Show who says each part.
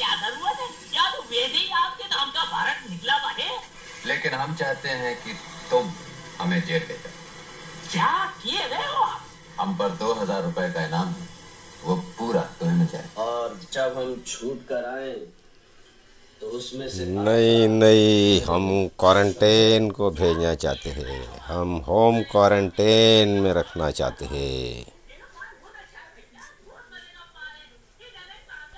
Speaker 1: यादव हुआ था या तो वेद ही आपके नाम का भारत निकला हुआ है
Speaker 2: लेकिन हम चाहते हैं कि तुम हमें जेल ले जाओ
Speaker 1: क्या किए गए हो आप
Speaker 2: हम पर दो हजार रुपए का इनाम है वो पूरा तुम्हें मिल जाएगा
Speaker 3: और जब हम छूट कर आए तो उसमें से
Speaker 4: नहीं नहीं हम क्वारंटाइन को भेजना चाहते हैं हम होम क्वारंटाइन में रखना चाहते हैं